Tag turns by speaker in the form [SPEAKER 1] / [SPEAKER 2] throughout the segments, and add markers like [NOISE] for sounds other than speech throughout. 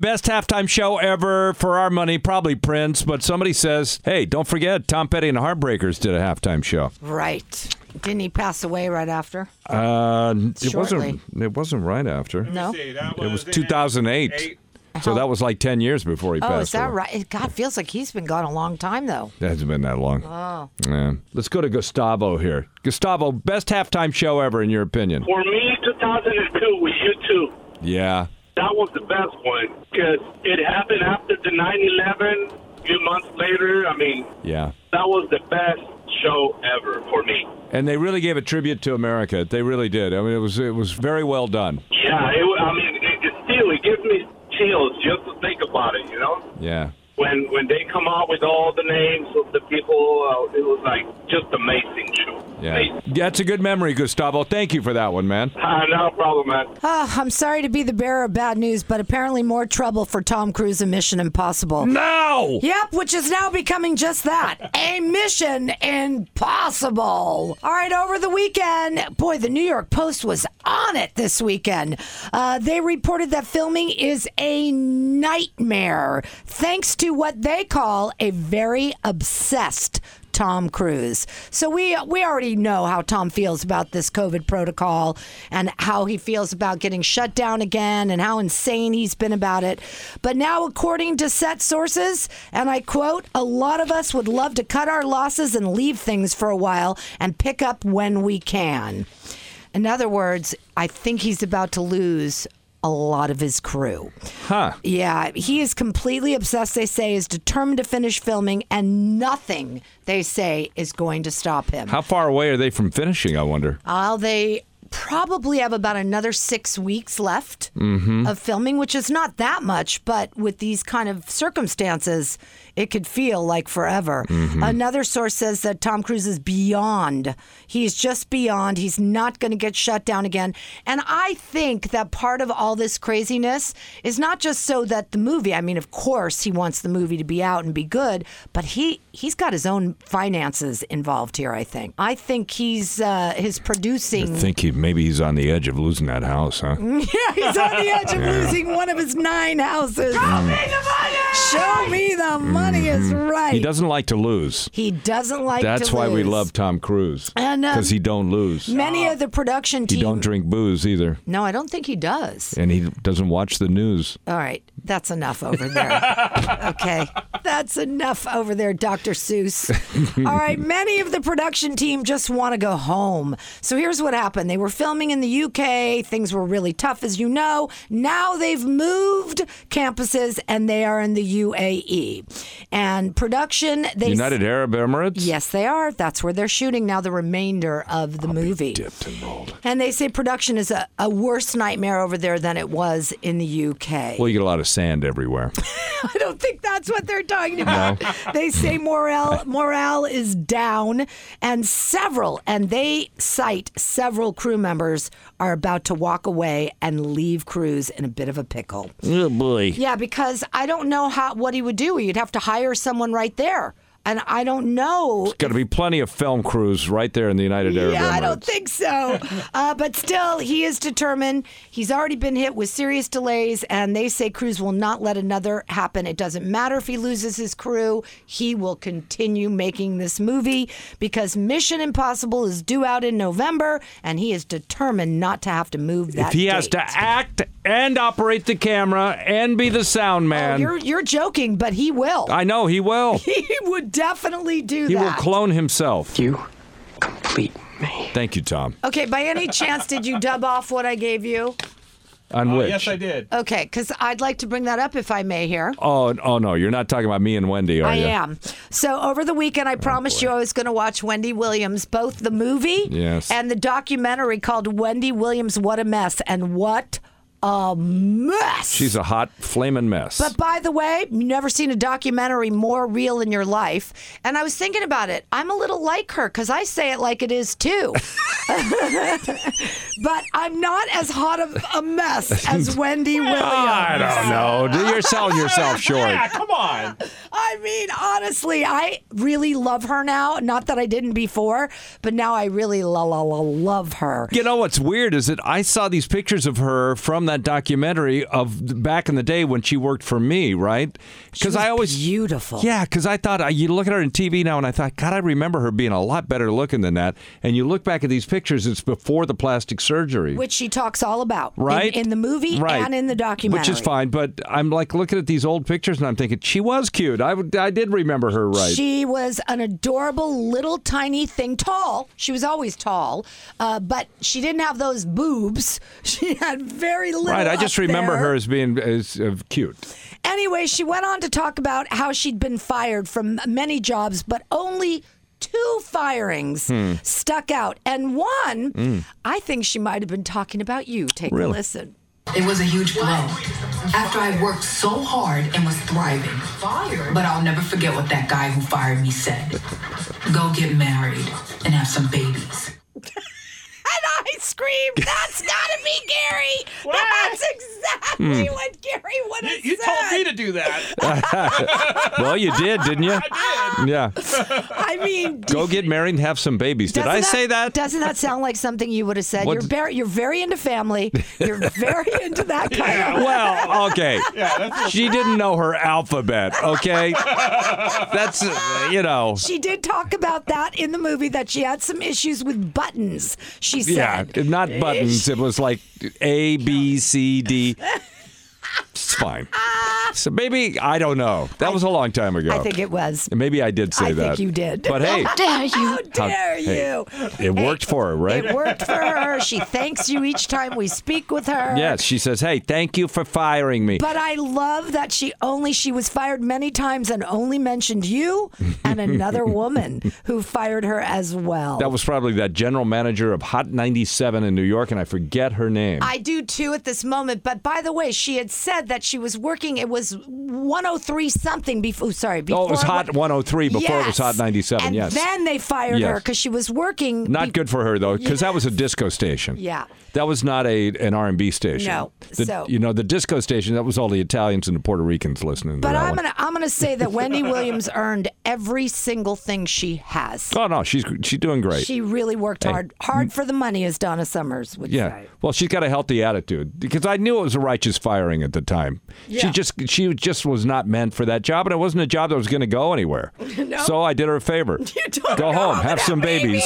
[SPEAKER 1] best halftime show ever for our money, probably Prince. But somebody says, hey, don't forget, Tom Petty and the Heartbreakers did a halftime show.
[SPEAKER 2] Right. Didn't he pass away right after?
[SPEAKER 1] Uh, it
[SPEAKER 2] Shortly.
[SPEAKER 1] wasn't. It wasn't right after.
[SPEAKER 2] No. Uh-huh.
[SPEAKER 3] See, that
[SPEAKER 1] It was
[SPEAKER 3] in
[SPEAKER 1] 2008.
[SPEAKER 3] eight.
[SPEAKER 1] So that was like 10 years before he passed.
[SPEAKER 2] Oh, is that
[SPEAKER 1] away.
[SPEAKER 2] right? God feels like he's been gone a long time though.
[SPEAKER 1] It hasn't been that long. Oh. Yeah. Let's go to Gustavo here. Gustavo, best halftime show ever, in your opinion?
[SPEAKER 4] For me, 2002 was you too.
[SPEAKER 1] Yeah.
[SPEAKER 4] That was the best one because it happened after the 9/11. A few months later, I mean,
[SPEAKER 1] Yeah.
[SPEAKER 4] that was the best show ever for me.
[SPEAKER 1] And they really gave a tribute to America. They really did. I mean, it was it was very well done.
[SPEAKER 4] Yeah, it, wa- I mean, it, it still it gives me chills just to think about it. You know,
[SPEAKER 1] Yeah.
[SPEAKER 4] when when they come out with all the names of the people, uh, it was like just amazing show.
[SPEAKER 1] Yeah.
[SPEAKER 4] Amazing.
[SPEAKER 1] That's a good memory, Gustavo. Thank you for that one, man.
[SPEAKER 4] Ah, no problem, man.
[SPEAKER 2] Oh, I'm sorry to be the bearer of bad news, but apparently more trouble for Tom Cruise in Mission Impossible.
[SPEAKER 1] No.
[SPEAKER 2] Yep, which is now becoming just that a mission impossible. All right, over the weekend, boy, the New York Post was on it this weekend. Uh, they reported that filming is a nightmare thanks to what they call a very obsessed. Tom Cruise. So we we already know how Tom feels about this COVID protocol and how he feels about getting shut down again and how insane he's been about it. But now according to set sources, and I quote, a lot of us would love to cut our losses and leave things for a while and pick up when we can. In other words, I think he's about to lose a lot of his crew.
[SPEAKER 1] Huh.
[SPEAKER 2] Yeah, he is completely obsessed, they say, is determined to finish filming, and nothing, they say, is going to stop him.
[SPEAKER 1] How far away are they from finishing? I wonder.
[SPEAKER 2] Uh, they probably have about another six weeks left of filming, which is not that much, but with these kind of circumstances, it could feel like forever. Another source says that Tom Cruise is beyond. He's just beyond. He's not going to get shut down again. And I think that part of all this craziness is not just so that the movie, I mean, of course, he wants the movie to be out and be good, but he he's got his own finances involved here, I think. I think he's uh, his producing
[SPEAKER 1] think he maybe he's on the edge of losing that house, huh?
[SPEAKER 2] [LAUGHS] yeah, he's on the edge of losing one of his nine houses. Show me the money! Show me the money is right.
[SPEAKER 1] Mm-hmm. He doesn't like to lose.
[SPEAKER 2] He doesn't like
[SPEAKER 1] That's
[SPEAKER 2] to
[SPEAKER 1] why we
[SPEAKER 2] lose.
[SPEAKER 1] love Tom Cruise
[SPEAKER 2] And, um,
[SPEAKER 1] because he don't lose.
[SPEAKER 2] Many of the production
[SPEAKER 1] He
[SPEAKER 2] team.
[SPEAKER 1] don't drink booze either,
[SPEAKER 2] no, I don't think he does.
[SPEAKER 1] and he doesn't watch the news.
[SPEAKER 2] All right, that's enough over there. okay, that's enough over there, Dr. Seuss. All right, many of the production team just want to go home. So here's what happened they were filming in the UK, things were really tough, as you know. Now they've moved campuses and they are in the UAE. And production, they.
[SPEAKER 1] United Arab Emirates.
[SPEAKER 2] Yes, they are. That's where they're shooting now the remainder of the movie.
[SPEAKER 1] Dipped and rolled.
[SPEAKER 2] And they say production is a, a worse nightmare over there than it was in the UK.
[SPEAKER 1] Well, you get a lot of sand everywhere.
[SPEAKER 2] [LAUGHS] I don't think that's what they're talking about. They say morale morale is down, and several, and they cite several crew members are about to walk away and leave crews in a bit of a pickle.
[SPEAKER 1] oh boy.
[SPEAKER 2] Yeah, because I don't know how what he would do. He'd have to hire someone right there, and I don't know
[SPEAKER 1] Got to be plenty of film crews right there in the United Arab
[SPEAKER 2] yeah,
[SPEAKER 1] Emirates.
[SPEAKER 2] I don't think so. Uh, but still, he is determined. He's already been hit with serious delays, and they say Cruz will not let another happen. It doesn't matter if he loses his crew, he will continue making this movie because Mission Impossible is due out in November, and he is determined not to have to move that.
[SPEAKER 1] if he has
[SPEAKER 2] date.
[SPEAKER 1] to act and operate the camera and be the sound
[SPEAKER 2] Oh,
[SPEAKER 1] man,
[SPEAKER 2] you're, you're joking, but he will.
[SPEAKER 1] I know he will.
[SPEAKER 2] [LAUGHS] he would definitely do
[SPEAKER 1] He
[SPEAKER 2] that.
[SPEAKER 1] will clone himself.
[SPEAKER 5] You complete me.
[SPEAKER 1] Thank you, Tom.
[SPEAKER 2] okay, by any chance, did you dub off what I gave you?
[SPEAKER 1] On
[SPEAKER 3] Oh,
[SPEAKER 1] which?
[SPEAKER 3] yes, I did.
[SPEAKER 2] Okay, because I'd like to bring that up if I may here.
[SPEAKER 1] Oh, n- oh no, you're not talking about me and Wendy, are
[SPEAKER 2] I
[SPEAKER 1] you?
[SPEAKER 2] am. So over the weekend, I
[SPEAKER 1] Oh,
[SPEAKER 2] promised you I was going to watch Wendy Williams, both the movie
[SPEAKER 1] Yes.
[SPEAKER 2] and the documentary called Wendy Williams, What a Mess. And what a mess.
[SPEAKER 1] She's a hot flaming mess.
[SPEAKER 2] But by the way, you never seen a documentary more real in your life. And I was thinking about it. I'm a little like her because I say it like it
[SPEAKER 1] [LAUGHS]
[SPEAKER 2] is too. [LAUGHS] but I'm not as hot of
[SPEAKER 1] [LAUGHS]
[SPEAKER 2] a mess as Wendy Williams. [LAUGHS]
[SPEAKER 6] Ah,
[SPEAKER 1] I don't know. You're selling yourself short.
[SPEAKER 3] Yeah, come on.
[SPEAKER 2] I mean, honestly, I really love her now. Not that I didn't before, but now I really la la la love her.
[SPEAKER 1] You know what's weird is that I saw these pictures of her from that documentary of back in the day when she worked for me, right? Because I always
[SPEAKER 2] beautiful.
[SPEAKER 1] Yeah, because I thought I- you look at her on TV now, and I thought, God, I remember her being a lot better looking than that. And you look back at these pictures; it's before the plastic surgery,
[SPEAKER 2] Which she talks all about in-
[SPEAKER 1] right?
[SPEAKER 2] in, the movie
[SPEAKER 1] Right.
[SPEAKER 2] and in the documentary.
[SPEAKER 1] which is fine. But I'm like looking at these old pictures, and I'm thinking she was cute. I, would- I did remember her right.
[SPEAKER 2] She was an adorable little tiny thing, tall. She was always tall, uh, but she didn't have those boobs. [LAUGHS] She had very little.
[SPEAKER 1] right, I
[SPEAKER 2] up
[SPEAKER 1] just remember
[SPEAKER 2] there.
[SPEAKER 1] her as being as uh, cute.
[SPEAKER 2] Anyway, she went on to talk about how she'd been fired from many jobs, but only two firings
[SPEAKER 1] Hmm.
[SPEAKER 2] stuck out. And one, I think she might have been talking about you. Take a
[SPEAKER 1] Really?
[SPEAKER 2] listen.
[SPEAKER 3] It was a huge blow. After I worked so hard and was thriving. Fired? But I'll never forget what that guy who fired me said. Go get married and have some babies.
[SPEAKER 2] And I
[SPEAKER 1] [LAUGHS]
[SPEAKER 2] screamed, That's gotta be Gary! That's exactly
[SPEAKER 1] Hmm.
[SPEAKER 2] what Gary would have
[SPEAKER 6] You
[SPEAKER 2] said.
[SPEAKER 6] told me to do that.
[SPEAKER 1] Well, you did, didn't you?
[SPEAKER 6] I did.
[SPEAKER 1] Yeah.
[SPEAKER 2] I
[SPEAKER 1] [LAUGHS]
[SPEAKER 2] mean,
[SPEAKER 1] Go get married and have some babies. Did
[SPEAKER 2] Doesn't
[SPEAKER 1] I say that?
[SPEAKER 2] Doesn't that sound like something you would have said?
[SPEAKER 1] What
[SPEAKER 2] You're
[SPEAKER 1] did-
[SPEAKER 2] very, you're very
[SPEAKER 1] [LAUGHS]
[SPEAKER 2] into family. You're very into that kind of.
[SPEAKER 1] Well, okay.
[SPEAKER 6] that's
[SPEAKER 1] she didn't know her alphabet, okay? That's, uh, you know.
[SPEAKER 2] She did talk about that in the movie that she had some issues with buttons. She said,
[SPEAKER 1] Yeah, not buttons. It was like A, B, C, D. It's
[SPEAKER 2] [LAUGHS]
[SPEAKER 1] fine. So maybe, I don't know. That was a long time ago.
[SPEAKER 2] "I think it was."
[SPEAKER 1] Maybe I did say
[SPEAKER 2] I
[SPEAKER 1] that.
[SPEAKER 2] think you did.
[SPEAKER 1] But
[SPEAKER 2] [LAUGHS]
[SPEAKER 1] hey,
[SPEAKER 2] dare you? How dare
[SPEAKER 1] hey,
[SPEAKER 2] you?
[SPEAKER 1] it worked for her, right?
[SPEAKER 2] It worked for her. She thanks you each time we speak with her.
[SPEAKER 1] Yes, she says, hey, thank you for firing me.
[SPEAKER 2] But I love that she only she was fired many times and only mentioned you and
[SPEAKER 1] [LAUGHS]
[SPEAKER 2] another woman who fired her as well.
[SPEAKER 1] that was probably that general manager of Hot 97 in New York, and I forget her name.
[SPEAKER 2] I do too at this moment. But by the way, she had said that she was working. It was 103 something before. Sorry, before
[SPEAKER 1] Oh, it was hot
[SPEAKER 2] went-
[SPEAKER 1] 103 before it was
[SPEAKER 2] Yes.
[SPEAKER 1] hot 97.
[SPEAKER 2] And
[SPEAKER 1] yes.
[SPEAKER 2] then they fired
[SPEAKER 1] Yes.
[SPEAKER 2] her because she was working.
[SPEAKER 1] not
[SPEAKER 2] be-
[SPEAKER 1] good for her though, because that was a disco station.
[SPEAKER 2] Yeah.
[SPEAKER 1] that was not a an R and B station.
[SPEAKER 2] No,
[SPEAKER 1] The-
[SPEAKER 2] so-
[SPEAKER 1] you know the disco station that was all the Italians and the Puerto Ricans listening.
[SPEAKER 2] But
[SPEAKER 1] to that
[SPEAKER 2] I'm
[SPEAKER 1] one.
[SPEAKER 2] gonna I'm gonna say that Wendy Williams earned every single thing she has.
[SPEAKER 1] Oh no, she's she's doing great.
[SPEAKER 2] She really worked hard, hard for the money, as Donna Summers would
[SPEAKER 1] yeah.
[SPEAKER 2] say.
[SPEAKER 1] Well, she's got a healthy attitude because I knew it was a righteous firing at the time. She
[SPEAKER 2] Yeah.
[SPEAKER 1] just she just was not meant for that job, and it wasn't a job that was going to go
[SPEAKER 2] [LAUGHS]
[SPEAKER 1] anywhere. So I did her a favor.
[SPEAKER 2] told her, "Oh,
[SPEAKER 1] go home, have some babies.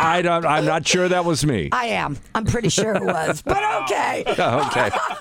[SPEAKER 1] I don't. I'm not sure that was me.
[SPEAKER 2] [LAUGHS]
[SPEAKER 1] Oh,
[SPEAKER 2] I am. I'm pretty sure it was. But okay.
[SPEAKER 1] okay.